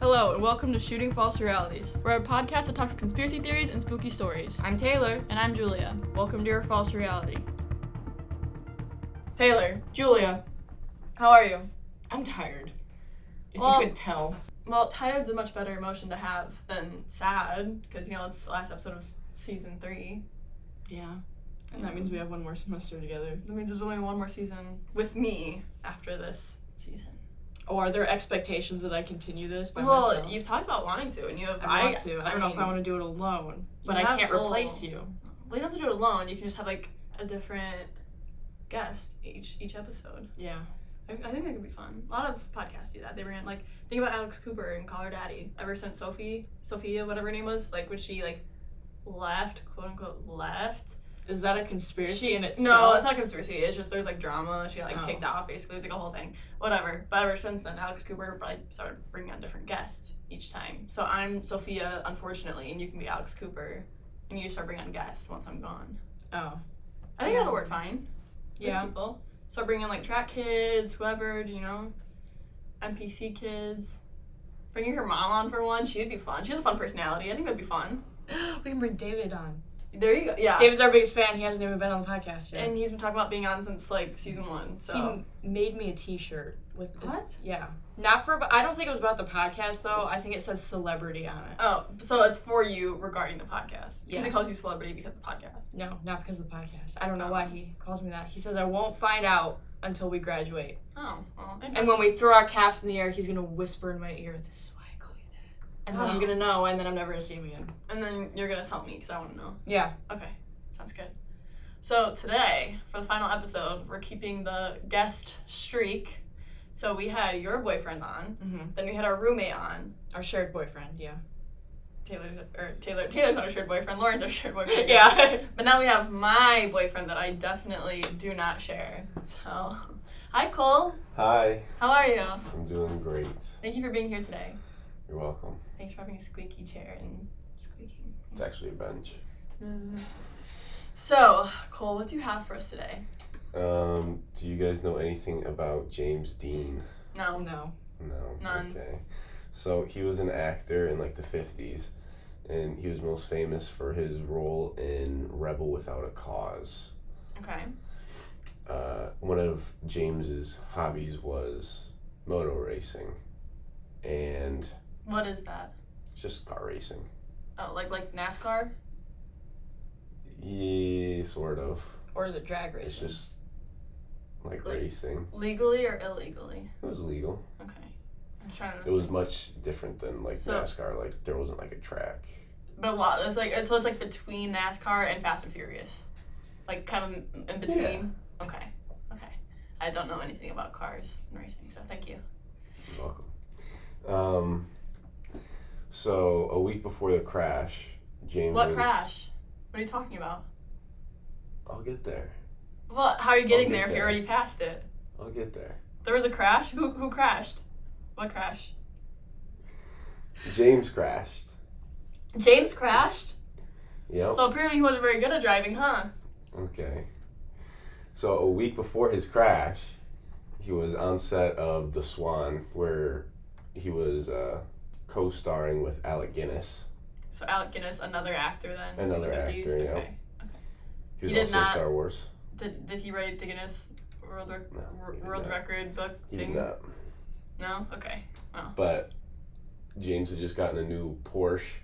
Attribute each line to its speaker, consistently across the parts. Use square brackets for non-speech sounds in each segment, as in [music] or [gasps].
Speaker 1: Hello, and welcome to Shooting False Realities. We're a podcast that talks conspiracy theories and spooky stories. I'm Taylor. And I'm Julia. Welcome to your false reality. Taylor, Julia, how are you?
Speaker 2: I'm tired. If
Speaker 1: Well-
Speaker 2: you could tell.
Speaker 1: Well, tired's a much better emotion to have than sad, because, you know, it's the last episode of season three.
Speaker 2: Yeah. And that means we have one more semester together.
Speaker 1: That means there's only one more season with me after this season.
Speaker 2: Oh, are there expectations that I continue this by
Speaker 1: well,
Speaker 2: myself?
Speaker 1: you've talked about wanting to, and you have.
Speaker 2: I want to. I, don't know if
Speaker 1: mean-
Speaker 2: I want to do it alone, but
Speaker 1: you
Speaker 2: I
Speaker 1: have
Speaker 2: can't
Speaker 1: full-
Speaker 2: replace you.
Speaker 1: Well, you don't have to do it alone. You can just have like a different guest each each episode.
Speaker 2: Yeah.
Speaker 1: I, I think that could be fun. A lot of podcasts do that. They ran like think about Alex Cooper and Call Her Daddy. Ever since Sophie, Sophia, whatever her name was, like when she like left, quote unquote left.
Speaker 2: Is that a conspiracy
Speaker 1: She-
Speaker 2: in
Speaker 1: No,
Speaker 2: itself?
Speaker 1: it's not a conspiracy. It's just there's like drama. She got like
Speaker 2: Oh.
Speaker 1: kicked off. Basically, it was like a whole thing. Whatever. But ever since then, Alex Cooper like started bringing on different guests each time. So I'm Sophia, unfortunately, and you can be Alex Cooper, and you start bringing on guests once I'm gone.
Speaker 2: Oh.
Speaker 1: I think that'll work fine.
Speaker 2: Yeah.
Speaker 1: With people. Start bringing like track kids, whoever, you know, NPC kids. Bringing her mom on for one, she would be fun. She has a fun personality. I think that'd be fun.
Speaker 2: [gasps] we can bring David on.
Speaker 1: There you go. Yeah.
Speaker 2: David's our biggest fan. He hasn't even been on the podcast yet.
Speaker 1: And he's been talking about being on since like season one. So
Speaker 2: He made me a T-shirt with this.
Speaker 1: What?
Speaker 2: Yeah. Not for. I don't think it was about the podcast though. I think it says celebrity on it.
Speaker 1: oh, so it's for you regarding the podcast. Because it
Speaker 2: Yes.
Speaker 1: calls you celebrity because of the podcast.
Speaker 2: No, not because of the podcast. I don't know why he calls me that. He says I won't find out until we graduate.
Speaker 1: Oh, well, it
Speaker 2: And
Speaker 1: does-
Speaker 2: when we throw our caps in the air, he's gonna whisper in my ear, "This is why I call you that." And then I'm gonna know, and then I'm never gonna see him again.
Speaker 1: and then you're gonna tell me because I want to know.
Speaker 2: Yeah.
Speaker 1: Okay, sounds good. So today, for the final episode, we're keeping the guest streak. So we had your boyfriend on,
Speaker 2: Mm-hmm.
Speaker 1: then we had our roommate on.
Speaker 2: Our shared boyfriend. Yeah.
Speaker 1: Taylor's or Taylor Taylor's not our shared boyfriend. Lauren's our shared boyfriend.
Speaker 2: [laughs] yeah.
Speaker 1: But now we have my boyfriend that I definitely do not share. So, hi Cole,
Speaker 3: Hi,
Speaker 1: how are you?
Speaker 3: I'm doing great.
Speaker 1: Thank you for being here today.
Speaker 3: You're welcome.
Speaker 1: Thanks for having a squeaky chair and squeaking.
Speaker 3: It's actually a bench.
Speaker 1: So, Cole, what do you have for us today?
Speaker 3: Um, do you guys know anything about James Dean?
Speaker 1: No.
Speaker 2: Um, No.
Speaker 3: No.
Speaker 1: None.
Speaker 3: Okay. So he was an actor in like the 50s, and he was most famous for his role in Rebel Without a Cause.
Speaker 1: Okay.
Speaker 3: Uh, one of James's hobbies was moto racing, and
Speaker 1: What is that?
Speaker 3: it's just car racing.
Speaker 1: Oh, like like NASCAR?
Speaker 3: Yeah, sort of.
Speaker 2: Or is it drag
Speaker 3: It's
Speaker 2: racing?
Speaker 3: just like
Speaker 1: Like-
Speaker 3: racing.
Speaker 1: Legally or illegally?
Speaker 3: It was legal.
Speaker 1: Okay. I'm trying to
Speaker 3: It was much different than like
Speaker 1: So-
Speaker 3: NASCAR. Like there wasn't like a track.
Speaker 1: But wow, it's like so it's like between NASCAR and Fast and Furious. Like kind of in between. Okay. Okay. I don't know anything about cars and racing, so thank you.
Speaker 3: You're welcome. Um, so a week before the crash, James.
Speaker 1: What
Speaker 3: was-
Speaker 1: crash? What are you talking about?
Speaker 3: I'll get there.
Speaker 1: Well, how are you getting
Speaker 3: get
Speaker 1: there if you
Speaker 3: there.
Speaker 1: already passed it?
Speaker 3: I'll get there.
Speaker 1: There was a crash? Who who crashed? What crash?
Speaker 3: James crashed.
Speaker 1: James crashed?
Speaker 3: Yep.
Speaker 1: So apparently he wasn't very good at driving, huh?
Speaker 3: okay. So a week before his crash, he was on set of The Swan, where he was uh, co-starring with Alec Guinness.
Speaker 1: So Alec Guinness, another actor then? from the
Speaker 3: Another
Speaker 1: 50s?
Speaker 3: actor, yeah.
Speaker 1: Okay.
Speaker 3: He was
Speaker 1: He did
Speaker 3: also in
Speaker 1: not-
Speaker 3: Star Wars.
Speaker 1: Did, did he write the Guinness World, Rec-
Speaker 3: No,
Speaker 1: Wor-
Speaker 3: he did
Speaker 1: World
Speaker 3: not.
Speaker 1: Record book
Speaker 3: He
Speaker 1: thing?
Speaker 3: did not.
Speaker 1: No? Okay.
Speaker 3: but James had just gotten a new Porsche.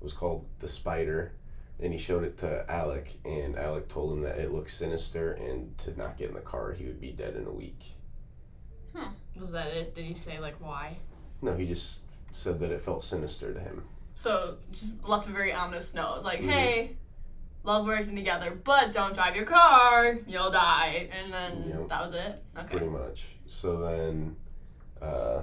Speaker 3: It was called the Spider, and he showed it to Alec, and Alec told him that it looked sinister and to not get in the car, he would be dead in a week.
Speaker 2: Was that it? Did he say like why?
Speaker 3: No, he just said that it felt sinister to him.
Speaker 1: So just left a very ominous note. It's like,
Speaker 3: Mhm.
Speaker 1: hey, love working together, but don't drive your car. You'll die. And then
Speaker 3: Yep.
Speaker 1: that was it. Okay.
Speaker 3: pretty much. So then, uh,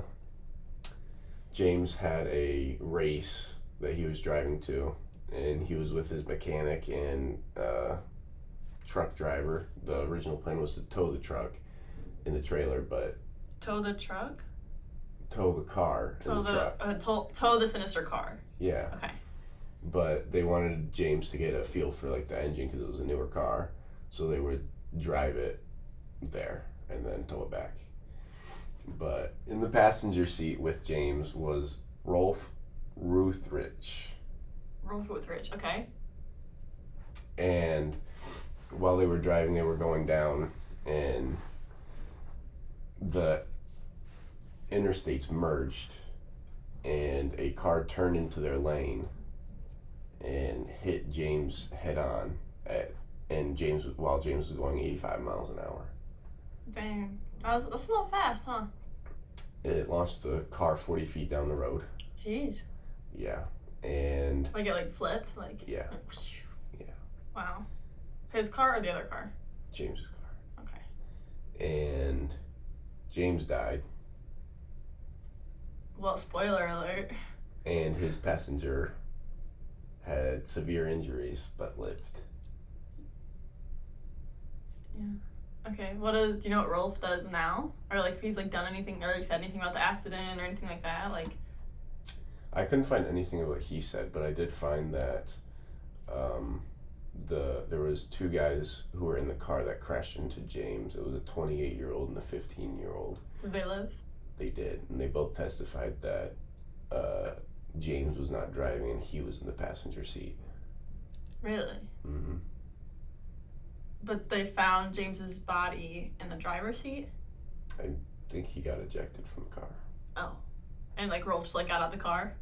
Speaker 3: James had a race that he was driving to, and he was with his mechanic and uh, truck driver. The original plan was to tow the truck in the trailer, but
Speaker 1: Tow the truck.
Speaker 3: tow the car
Speaker 1: Tow
Speaker 3: in the,
Speaker 1: the,
Speaker 3: truck.
Speaker 1: uh, tow, tow the sinister car.
Speaker 3: Yeah,
Speaker 1: Okay.
Speaker 3: but they wanted James to get a feel for like the engine because it was a newer car, so they would drive it there and then tow it back. But in the passenger seat with James was Rolf Ruthrich.
Speaker 1: Rolf with Rich. Okay.
Speaker 3: and while they were driving they were going down and the interstates merged and a car turned into their lane and hit James head on at and James was- while James was going 85 miles an hour
Speaker 1: Dang. That was, that's a little fast, huh?
Speaker 3: it launched the car 40 feet down the road
Speaker 1: Jeez.
Speaker 3: yeah and
Speaker 1: Like it like flipped. Like. [laughs]
Speaker 3: yeah
Speaker 1: like, whoosh.
Speaker 3: Yeah.
Speaker 1: Wow. His car or the other car?
Speaker 3: James's car
Speaker 1: Okay.
Speaker 3: and James died
Speaker 1: Well, spoiler alert.
Speaker 3: and his passenger had severe injuries but lived.
Speaker 1: Okay. What does do you know what Rolf does now? Or like if he's like done anything or like said anything about the accident or anything like that? Like.
Speaker 3: I couldn't find anything of what he said, but I did find that um, the there was two guys who were in the car that crashed into James. It was a 28 year old and a 15 year old.
Speaker 1: Did they live?
Speaker 3: They did, and they both testified that uh, James was not driving and he was in the passenger seat.
Speaker 1: Really?
Speaker 3: hmm
Speaker 1: But they found James's body in the driver's seat.
Speaker 3: I think he got ejected from the car.
Speaker 1: Oh. And like Rolf just like got out the car.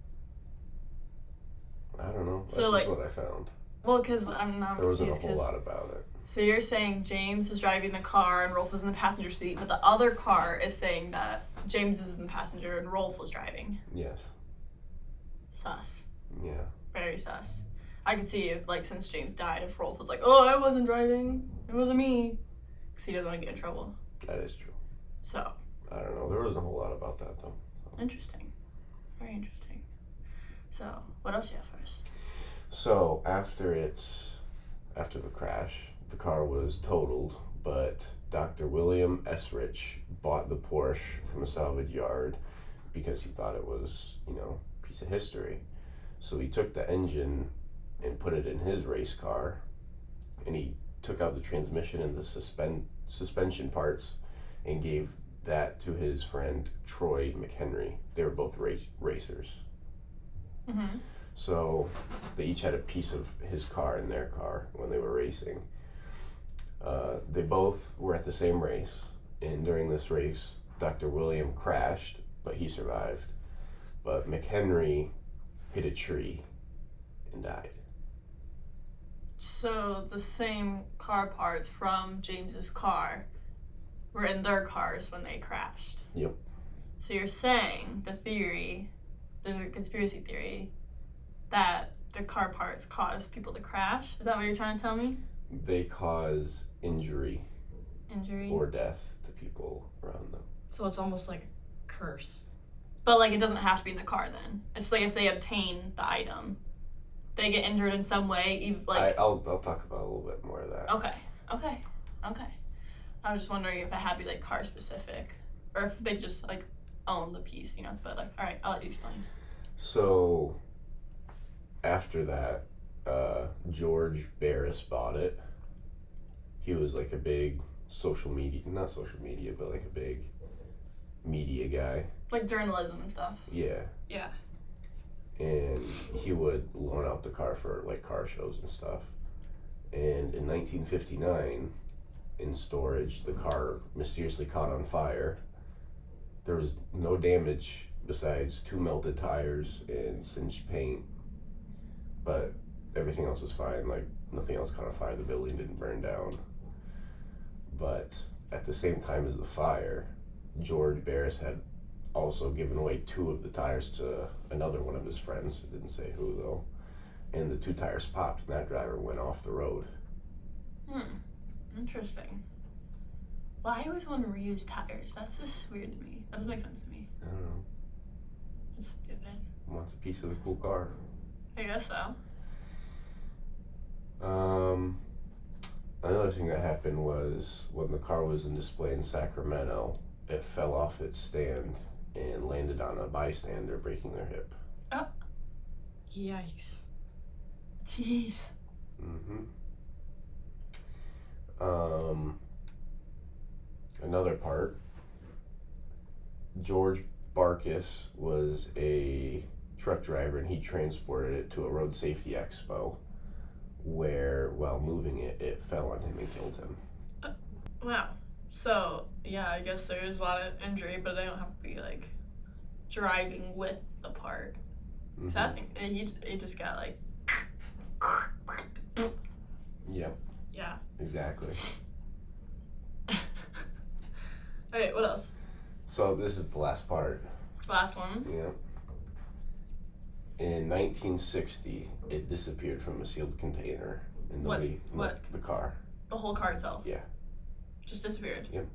Speaker 3: I don't know. That's
Speaker 1: So,
Speaker 3: just
Speaker 1: like-
Speaker 3: what I found.
Speaker 1: Well, because I'm not
Speaker 3: There wasn't a
Speaker 1: confused.
Speaker 3: whole
Speaker 1: 'cause-
Speaker 3: lot about it.
Speaker 1: So you're saying James was driving the car and Rolf was in the passenger seat, but the other car is saying that James was in the passenger and Rolf was driving.
Speaker 3: Yes.
Speaker 1: Sus.
Speaker 3: Yeah.
Speaker 1: Very sus. I could see if, like, since James died, if Rolf was like, oh, I wasn't driving, it wasn't me. Because he doesn't want to get in trouble.
Speaker 3: That is true.
Speaker 1: So,
Speaker 3: I don't know. There wasn't a whole lot about that though.
Speaker 1: interesting. Very interesting. So, what else you have for us?
Speaker 3: So after it, after the crash, the car was totaled, but Dr. William Esrich bought the Porsche from a salvage yard because he thought it was, you know, a piece of history. So he took the engine and put it in his race car, and he took out the transmission and the suspend suspension parts, and gave that to his friend Troy McHenry. They were both race racers.
Speaker 1: Mm-hmm.
Speaker 3: So they each had a piece of his car in their car when they were racing. Uh, they both were at the same race, and during this race, Dr. William crashed, but he survived. But McHenry hit a tree and died.
Speaker 1: So, the same car parts from James's car were in their cars when they crashed.
Speaker 3: Yep.
Speaker 1: So you're saying the theory, there's a conspiracy theory, that the car parts cause people to crash. Is that what you're trying to tell me?
Speaker 3: They cause injury
Speaker 1: Injury.
Speaker 3: or death to people around them.
Speaker 2: So it's almost like a curse.
Speaker 1: but like it doesn't have to be in the car then. It's like if they obtain the item, they get injured in some way. Even like
Speaker 3: I, I'll, I'll talk about a little bit more of that.
Speaker 1: okay, okay, okay. I was just wondering if it had to be like car specific, or if they just like own the piece, you know. But like, all right, I'll let you explain.
Speaker 3: So after that, uh, George Barris bought it. He was like a big social media, not social media, but like a big media guy.
Speaker 1: Like journalism and stuff.
Speaker 3: Yeah.
Speaker 2: Yeah.
Speaker 3: And he would loan out the car for like car shows and stuff. And in 1959, in storage, the car mysteriously caught on fire. There was no damage besides two melted tires and singed paint, but everything else was fine. Like nothing else caught on fire. The building didn't burn down. But at the same time as the fire, George Barris had also given away two of the tires to another one of his friends. It didn't say who though. And the two tires popped, and that driver went off the road.
Speaker 1: Hmm. Interesting. Why would someone reuse tires? That's just weird to me. That doesn't make sense to me.
Speaker 3: I don't know.
Speaker 1: It's stupid.
Speaker 3: Wants a piece of the cool car.
Speaker 1: I guess so.
Speaker 3: Um, another thing that happened was when the car was in display in Sacramento, it fell off its stand and landed on a bystander, breaking their hip.
Speaker 2: Yikes.
Speaker 1: Jeez.
Speaker 3: Mm-hmm. Um, another part. George Barkis was a truck driver and he transported it to a road safety expo where, while moving it, it fell on him and killed him.
Speaker 1: Wow. So yeah, I guess there is a lot of injury, but I don't have to be like driving with the part. So I
Speaker 3: Mhm.
Speaker 1: think and he he just got like
Speaker 3: Yep,
Speaker 1: yeah. [laughs]
Speaker 3: exactly.
Speaker 1: All right, what else?
Speaker 3: So, this is the last part.
Speaker 1: Last one.
Speaker 3: Yeah. In 1960, it disappeared from a sealed container, and
Speaker 1: What-
Speaker 3: nobody
Speaker 1: what?
Speaker 3: the car.
Speaker 1: The whole car itself.
Speaker 3: Yeah.
Speaker 1: Just disappeared.
Speaker 3: Yep.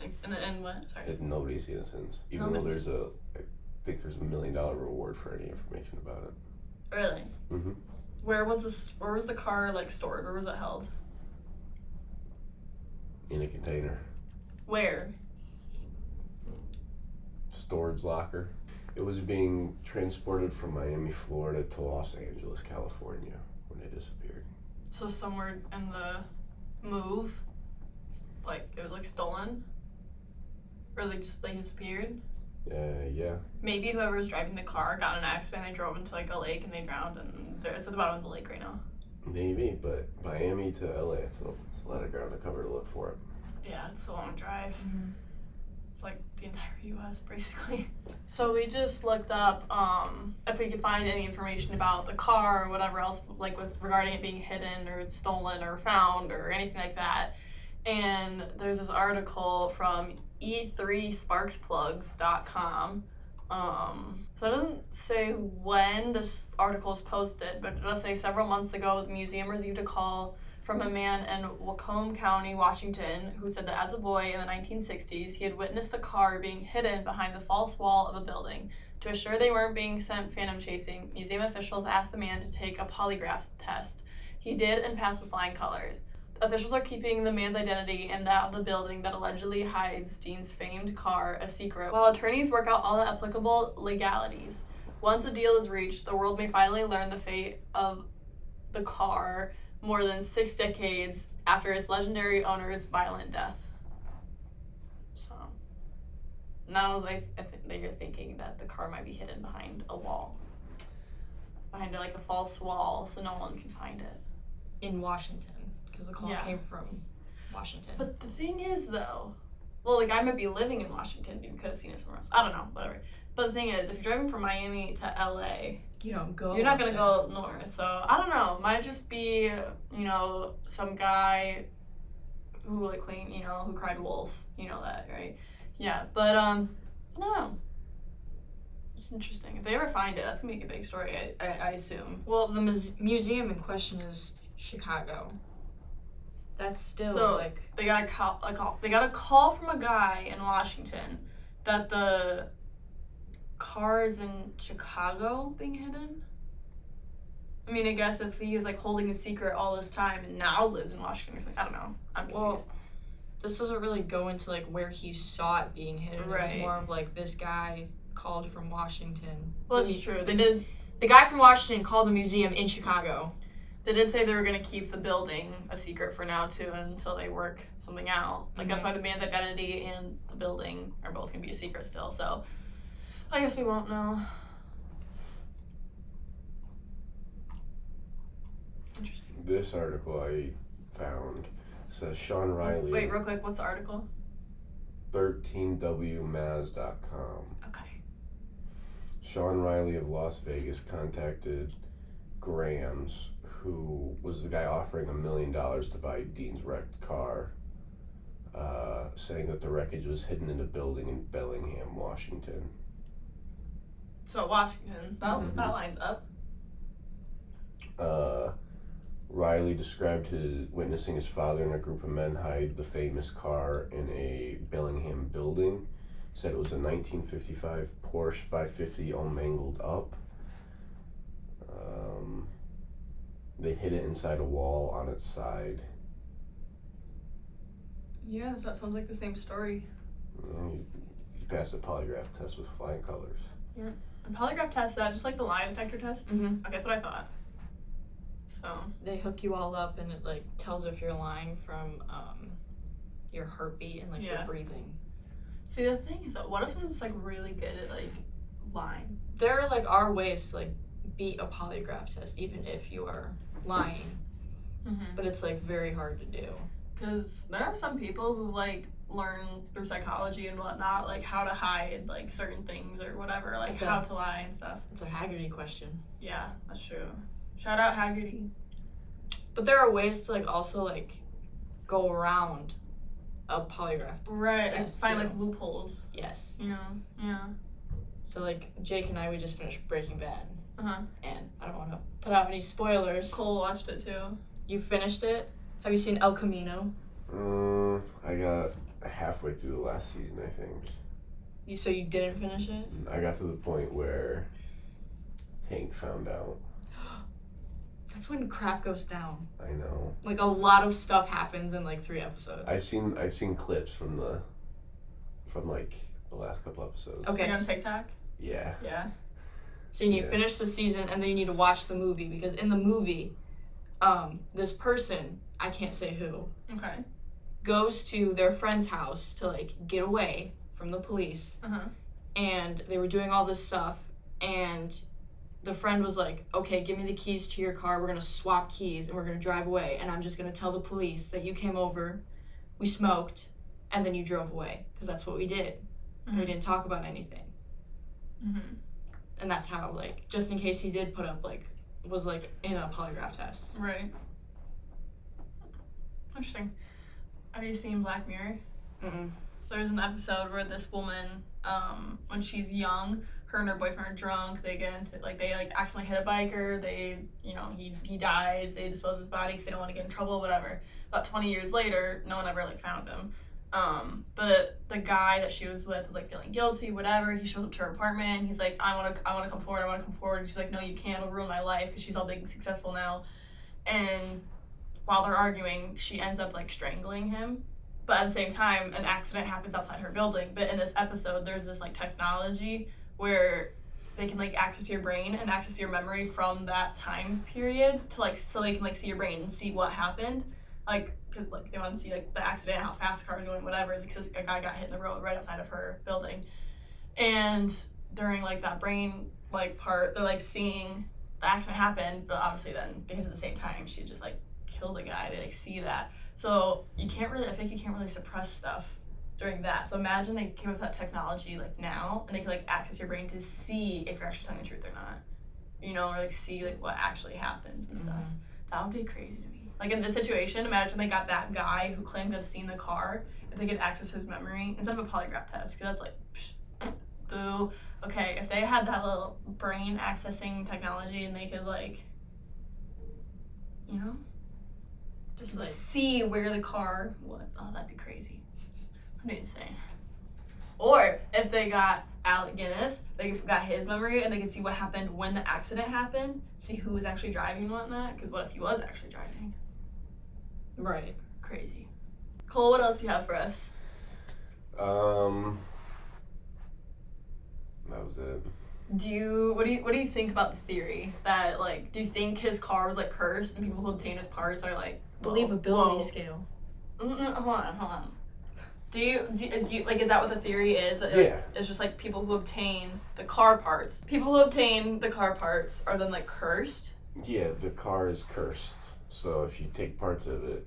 Speaker 1: And, and, and what? Sorry.
Speaker 3: It, nobody's seen it since, even
Speaker 1: Nobody's-
Speaker 3: though there's a, I think there's a million dollar reward for any information about it.
Speaker 1: Really?
Speaker 3: Mhm.
Speaker 1: Where was this? Where was the car like stored? Where was it held?
Speaker 3: In a container,
Speaker 1: Where?
Speaker 3: storage locker. It was being transported from Miami, Florida, to Los Angeles, California, when it disappeared.
Speaker 1: So somewhere in the move, s- like it was like stolen, or like just like disappeared.
Speaker 3: Uh, yeah.
Speaker 1: Maybe whoever was driving the car got in an accident. They drove into like a lake and they drowned, and they're- it's at the bottom of the lake right now.
Speaker 3: Maybe, but Miami to LA, it's a, it's a lot of ground to cover to look for it.
Speaker 1: Yeah, it's a long drive. It's like the entire U.S. basically. So we just looked up um, if we could find any information about the car or whatever else, like with regarding it being hidden or stolen or found or anything like that. And there's this article from E e3sparksplugs.com. Um, so it doesn't say when this article is posted, but it does say several months ago the museum received a call from a man in Wacombe County, Washington, who said that as a boy in the 1960s, he had witnessed the car being hidden behind the false wall of a building. To assure they weren't being sent phantom chasing, museum officials asked the man to take a polygraph test. He did and passed with flying colors. Officials are keeping the man's identity and that of the building that allegedly hides Dean's famed car a secret, while attorneys work out all the applicable legalities. Once a deal is reached, the world may finally learn the fate of the car more than six decades after its legendary owner's violent death. So now they, I think they're thinking that the car might be hidden behind a wall, behind like a false wall, so no one can find it.
Speaker 2: in Washington because the call
Speaker 1: Yeah.
Speaker 2: came from Washington.
Speaker 1: But the thing is, though, well, the guy might be living in Washington, but you could have seen it somewhere else. I don't know, whatever. But the thing is, if you're driving from Miami to LA,
Speaker 2: you don't go.
Speaker 1: You're not
Speaker 2: up
Speaker 1: gonna
Speaker 2: there.
Speaker 1: go north, so I don't know. Might just be you know some guy who like clean you know who cried wolf. You know that, right? Yeah, but um, I don't know. It's interesting. If they ever find it, that's gonna be a big story. I, I, I assume.
Speaker 2: Well, the mus- museum in question is Chicago. That's still
Speaker 1: So-
Speaker 2: like
Speaker 1: They got a call. A call. They got a call from a guy in Washington that the car is in Chicago being hidden. I mean, I guess if he was like holding a secret all this time and now lives in Washington or something, I don't know. I'm
Speaker 2: Well,
Speaker 1: confused.
Speaker 2: this doesn't really go into like where he saw it being hidden. It's
Speaker 1: Right.
Speaker 2: more of like this guy called from Washington.
Speaker 1: Well, that's
Speaker 2: He-
Speaker 1: true. They did.
Speaker 2: The guy from Washington called the museum in Chicago.
Speaker 1: They did say they were gonna keep the building a secret for now too, until they work something out. Like that's
Speaker 2: Mhm.
Speaker 1: why the man's identity and the building are both gonna be a secret still. So, I guess we won't know. Interesting.
Speaker 3: This article I found says Sean Riley.
Speaker 1: Wait, real quick, what's the article?
Speaker 3: 13wmaz.com.
Speaker 1: Okay.
Speaker 3: Sean Riley of Las Vegas contacted Grams, who was the guy offering a million dollars to buy Dean's wrecked car, uh, saying that the wreckage was hidden in a building in Bellingham, Washington.
Speaker 1: So Washington, that
Speaker 2: Mhm.
Speaker 1: that lines up.
Speaker 3: Uh, Riley described his, witnessing his father and a group of men hide the famous car in a Bellingham building. Said it was a 1955 Porsche 550 all mangled up. Um, they hid it inside a wall on its side.
Speaker 1: Yeah, so that sounds like the same story.
Speaker 3: You know, he, he passed a polygraph test with flying colors.
Speaker 1: The polygraph test, is that just like the lie detector test.
Speaker 2: Mm-hmm.
Speaker 1: Okay, that's what I thought. So.
Speaker 2: They hook you all up and it like tells if you're lying from um, your heartbeat and like
Speaker 1: Yeah.
Speaker 2: your breathing.
Speaker 1: See, the thing is, that what if someone's just, like really good at like lying?
Speaker 2: There like are ways to like beat a polygraph test, even if you are lying,
Speaker 1: Mm-hmm.
Speaker 2: but it's like very hard to do.
Speaker 1: Because there are some people who like learn through psychology and whatnot, like how to hide like certain things or whatever, like
Speaker 2: That's a-
Speaker 1: how to lie and stuff.
Speaker 2: It's a Haggerty question.
Speaker 1: Yeah, that's true. Shout out Haggerty.
Speaker 2: But there are ways to like also like go around a polygraph.
Speaker 1: Right, and
Speaker 2: Test,
Speaker 1: find
Speaker 2: yeah.
Speaker 1: like loopholes.
Speaker 2: Yes.
Speaker 1: You know. Yeah.
Speaker 2: So like Jake and I we just finished Breaking Bad.
Speaker 1: Uh-huh.
Speaker 2: And I don't want to put out any spoilers.
Speaker 1: Cole watched it too.
Speaker 2: You finished it? Have you seen El Camino?
Speaker 3: Uh, I got halfway through the last season, I think.
Speaker 2: You so you didn't finish it?
Speaker 3: I got to the point where Hank found out.
Speaker 2: That's when crap goes down.
Speaker 3: I know.
Speaker 2: Like a lot of stuff happens in like three episodes.
Speaker 3: I've seen I've seen clips from the from like the last couple
Speaker 2: [laughs]
Speaker 3: episodes.
Speaker 2: okay.
Speaker 1: Are you on
Speaker 2: s-
Speaker 1: TikTok?
Speaker 3: Yeah.
Speaker 1: Yeah.
Speaker 2: So you need to
Speaker 3: Yeah.
Speaker 2: finish the season and then you need to watch the movie because in the movie, um, this person, I can't say who,
Speaker 1: Okay.
Speaker 2: goes to their friend's house to like get away from the police
Speaker 1: Uh huh.
Speaker 2: and they were doing all this stuff and the friend was like okay give me the keys to your car we're going to swap keys and we're going to drive away and i'm just going to tell the police that you came over we smoked and then you drove away because that's what we did And we
Speaker 1: Mhm.
Speaker 2: didn't talk about anything
Speaker 1: Mhm.
Speaker 2: and that's how like just in case he did put up like was like in a polygraph test
Speaker 1: Right. Interesting. Have you seen Black Mirror?
Speaker 2: Mm-mm.
Speaker 1: There's an episode where this woman, um, when she's young, her and her boyfriend are drunk. They get into like they like accidentally hit a biker. They, you know, he he dies. They dispose of his body because they don't want to get in trouble. Whatever. About 20 years later, no one ever like found him. Um, but the guy that she was with is like feeling guilty. Whatever. He shows up to her apartment. And he's like, I want to, I want to come forward. I want to come forward. And she's like, No, you can't. It'll ruin my life because she's all big and successful now. And while they're arguing, she ends up like strangling him but at the same time an accident happens outside her building but in this episode there's this like technology where they can like access your brain and access your memory from that time period to like so they can like see your brain and see what happened like because like they want to see like the accident how fast the car was going whatever because a guy got hit in the road right outside of her building and during like that brain like part they're like seeing the accident happen but obviously then because at the same time she just like killed a guy they like see that so you can't really, I think you can't really suppress stuff during that. So imagine they came up with that technology like now, and they could like access your brain to see if you're actually telling the truth or not. You know, or like see like what actually happens and stuff. That would be crazy to me. Like in this situation, imagine they got that guy who claimed to have seen the car, if they could access his memory instead of a polygraph test, because that's like, psh, boo. Okay, if they had that little brain accessing technology and they could like, you know,
Speaker 2: just like
Speaker 1: see where the car what oh that'd be crazy [laughs] that'd be insane or if they got alec guinness they got his memory and they could see what happened when the accident happened see who was actually driving and whatnot because what if he was actually driving
Speaker 2: right
Speaker 1: crazy cole what else do you have for us
Speaker 3: Um that was it.
Speaker 1: do you what do you what do you think about the theory that like do you think his car was like cursed and people who obtain his parts are like whoa,
Speaker 2: believability
Speaker 1: whoa.
Speaker 2: scale
Speaker 1: Mm, mm, hold on hold on do you, do you, do you like is that what the theory is That, like,
Speaker 3: Yeah.
Speaker 1: It's just like people who obtain the car parts. People who obtain the car parts are then like cursed.
Speaker 3: Yeah, the car is cursed. So if you take parts of it,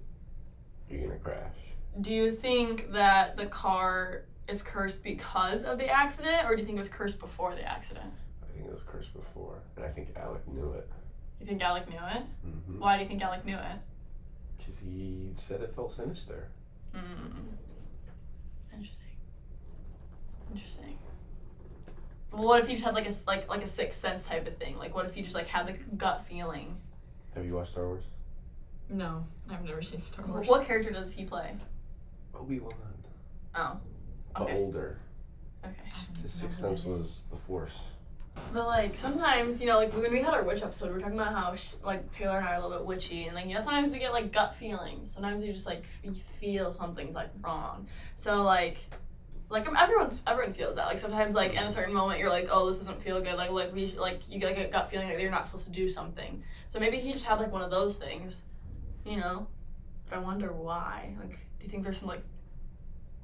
Speaker 3: you're gonna crash.
Speaker 1: Do you think that the car is cursed because of the accident, or do you think it was cursed before the accident?
Speaker 3: I think it was cursed before. And I think Alec knew it.
Speaker 1: You think Alec knew it?
Speaker 3: Mm-hmm.
Speaker 1: Why do you think Alec knew it?
Speaker 3: Because he said it felt sinister.
Speaker 1: Mm. Interesting. Interesting. But what if you just had like a s- like like a sixth sense type of thing? Like what if you just like had like a gut feeling?
Speaker 3: Have you watched Star Wars?
Speaker 2: no i've never seen star wars
Speaker 1: What character does he play?
Speaker 3: Obi Wan.
Speaker 1: Oh.
Speaker 3: The
Speaker 1: Okay.
Speaker 3: older.
Speaker 1: Okay.
Speaker 2: I don't even
Speaker 3: His sixth
Speaker 2: know who
Speaker 3: sense
Speaker 2: that is.
Speaker 3: was the Force.
Speaker 1: But like sometimes, you know, like when we had our witch episode, we were talking about how sh- like Taylor and I are a little bit witchy, and like you know, sometimes we get like gut feelings. Sometimes you just like f- you feel something's like wrong. So like, like um, everyone's everyone feels that. Like sometimes like in a certain moment, you're like, oh, this doesn't feel good. Like like we sh- like you get like a gut feeling like you're not supposed to do something. So maybe he just had like one of those things, you know. But I wonder why. Like, do you think there's some like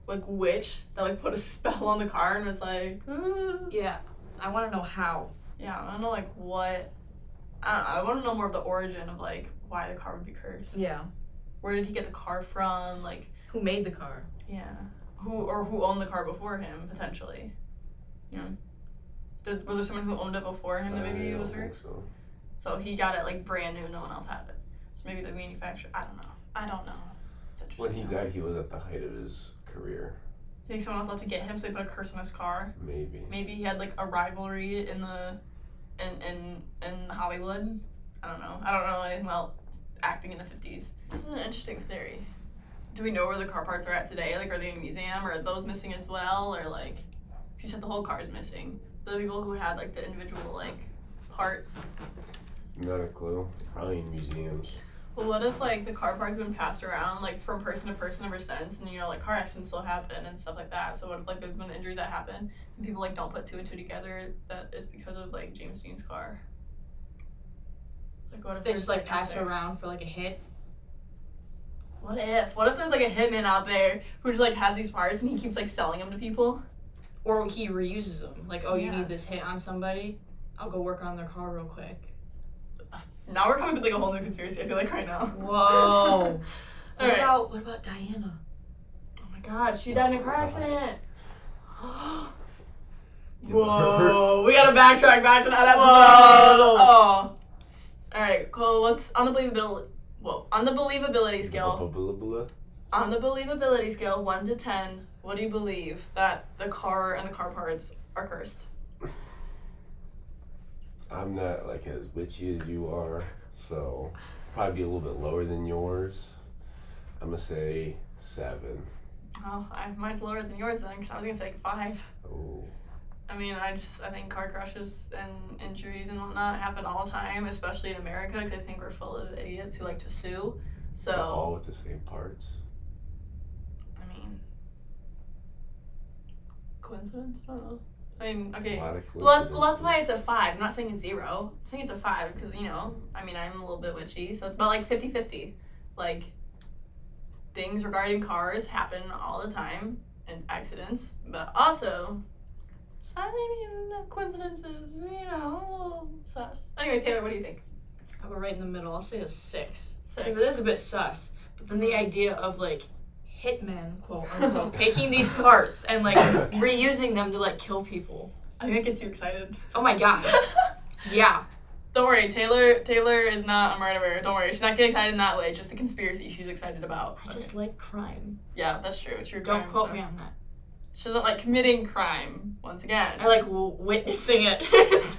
Speaker 1: like witch that like put a [laughs] spell on the car and was like, "Ah."
Speaker 2: Yeah. I want to know how.
Speaker 1: yeah, I don't know like what. I don't know. I want to know more of the origin of like why the car would be cursed.
Speaker 2: Yeah.
Speaker 1: Where did he get the car from? Like,
Speaker 2: Who made the car?
Speaker 1: yeah, who or who owned the car before him potentially? You know, did, was there someone who owned it before him that maybe
Speaker 3: I
Speaker 1: it was
Speaker 3: don't
Speaker 1: her?
Speaker 3: think So.
Speaker 1: So he got it like brand new. No one else had it. So maybe the manufacturer. I don't know. I don't know. It's interesting.
Speaker 3: When he died, he was at the height of his career.
Speaker 1: You think someone else left to get him, so they put a curse on his car.
Speaker 3: Maybe.
Speaker 1: Maybe he had like a rivalry in the, in in in Hollywood. I don't know. I don't know anything about acting in the fifties. This is an interesting theory. Do we know where the car parts are at today? Like, are they in a museum, or are those missing as well, or like, 'cause you said the whole car is missing. The people who had like the individual like parts.
Speaker 3: Not a clue. Probably in museums.
Speaker 1: Well, what if like the car parts have been passed around like from person to person ever since, and you know like car accidents still happen and stuff like that. So what if like there's been injuries that happen and people like don't put two and two together that it's because of like James Dean's car. Like what if
Speaker 2: They
Speaker 1: there's,
Speaker 2: just like
Speaker 1: out
Speaker 2: pass it
Speaker 1: there-
Speaker 2: around for like a hit.
Speaker 1: What if? What if there's like a hitman out there who just like has these parts and he keeps like selling them to people?
Speaker 2: Or he reuses them. Like, oh, you
Speaker 1: Yeah.
Speaker 2: need this hit on somebody? I'll go work on their car real quick.
Speaker 1: Now we're coming to like a whole new conspiracy. I feel like right now.
Speaker 2: [laughs] Whoa.
Speaker 1: All
Speaker 2: What
Speaker 1: right.
Speaker 2: about what about Diana?
Speaker 1: Oh my God, she died in a car
Speaker 3: Gosh.
Speaker 1: accident.
Speaker 3: Give her-
Speaker 1: Whoa, we gotta backtrack back to that episode.
Speaker 2: Whoa.
Speaker 1: Oh. All right, Cole. What's on the believability? Whoa, on the believability scale.
Speaker 3: Blah, blah, blah, blah.
Speaker 1: On the believability scale, one to ten, what do you believe that the car and the car parts are cursed?
Speaker 3: I'm not like as witchy as you are, so probably be a little bit lower than yours. I'm gonna say seven.
Speaker 1: Oh, I, mine's lower than yours then, because I was gonna say like, five.
Speaker 3: Oh,
Speaker 1: I mean, I just I think car crashes and injuries and whatnot happen all the time, especially in America, because I think we're full of idiots who like to sue. So.
Speaker 3: all with the same parts.
Speaker 1: I mean, coincidence? I don't know. I mean,
Speaker 3: A
Speaker 1: okay.
Speaker 3: lot of
Speaker 1: Well that's, well, that's why it's
Speaker 3: coincidences.
Speaker 1: a five. I'm not saying it's zero. I'm saying it's a five because, you know, I mean, I'm a little bit witchy. So it's about like 50 50. Like, things regarding cars happen all the time and accidents, but also, so, I mean, coincidences, you know, sus. Anyway, Taylor, what do you think?
Speaker 2: I'll go right in the middle. I'll say a six. Mm-hmm.
Speaker 1: Six.
Speaker 2: Because it is a bit sus. But then the idea of like hitmen, [laughs] quote unquote, taking these parts and [laughs] like reusing them to like kill people.
Speaker 1: I think that gets you [laughs] excited.
Speaker 2: Oh my god. Yeah.
Speaker 1: Don't worry, Taylor. Taylor is not a murderer. Don't worry, she's not getting excited in that way. It's just the conspiracy she's excited about.
Speaker 2: I just like crime.
Speaker 1: yeah, that's true. True.
Speaker 2: Don't
Speaker 1: crime
Speaker 2: quote
Speaker 1: stuff.
Speaker 2: me on that.
Speaker 1: She doesn't like committing crime. Once again,
Speaker 2: I like w- witnessing it. [laughs]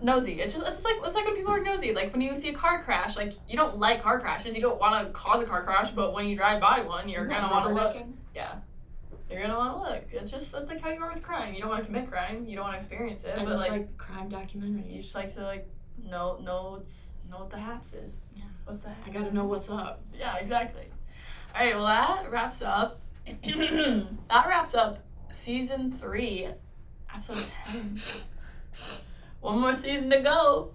Speaker 1: nosy. It's just it's just like it's like when people are nosy. Like when you see a car crash, like you don't like car crashes. You don't want to cause a car crash, but when you drive by one, you're gonna want to look. Yeah. You're gonna want to look. It's just that's like how you are with crime. You don't want to commit crime. You don't want to experience it.
Speaker 2: I
Speaker 1: but
Speaker 2: just like,
Speaker 1: like
Speaker 2: crime
Speaker 1: you
Speaker 2: documentaries.
Speaker 1: just like to like know know what's know what the haps is.
Speaker 2: Yeah.
Speaker 1: What's the haps?
Speaker 2: I gotta know what's up.
Speaker 1: Yeah, exactly. All right, well, that wraps up. [clears throat] that wraps up season three, episode 10. One more season to go.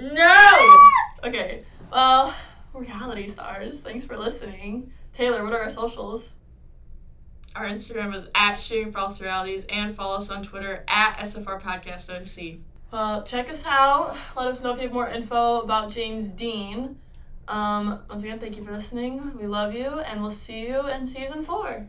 Speaker 2: No!
Speaker 1: [laughs] Okay, well, reality stars, thanks for listening. Taylor, what are our socials?
Speaker 2: Our Instagram is at Shooting False Realities and follow us on Twitter at SFR Podcast OC.
Speaker 1: Well, check us out. Let us know if you have more info about James Dean. Um, once again, thank you for listening. We love you, and we'll see you in season four.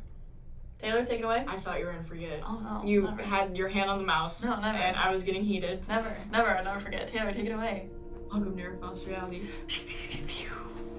Speaker 1: Taylor, take it away.
Speaker 2: I thought you were gonna forget.
Speaker 1: Oh no.
Speaker 2: You
Speaker 1: never.
Speaker 2: had your hand on the mouse.
Speaker 1: No, never.
Speaker 2: And I was getting heated.
Speaker 1: Never, never, I'll never forget. Taylor, take it away.
Speaker 2: Welcome to your false reality.
Speaker 1: Pew, pew, pew, pew.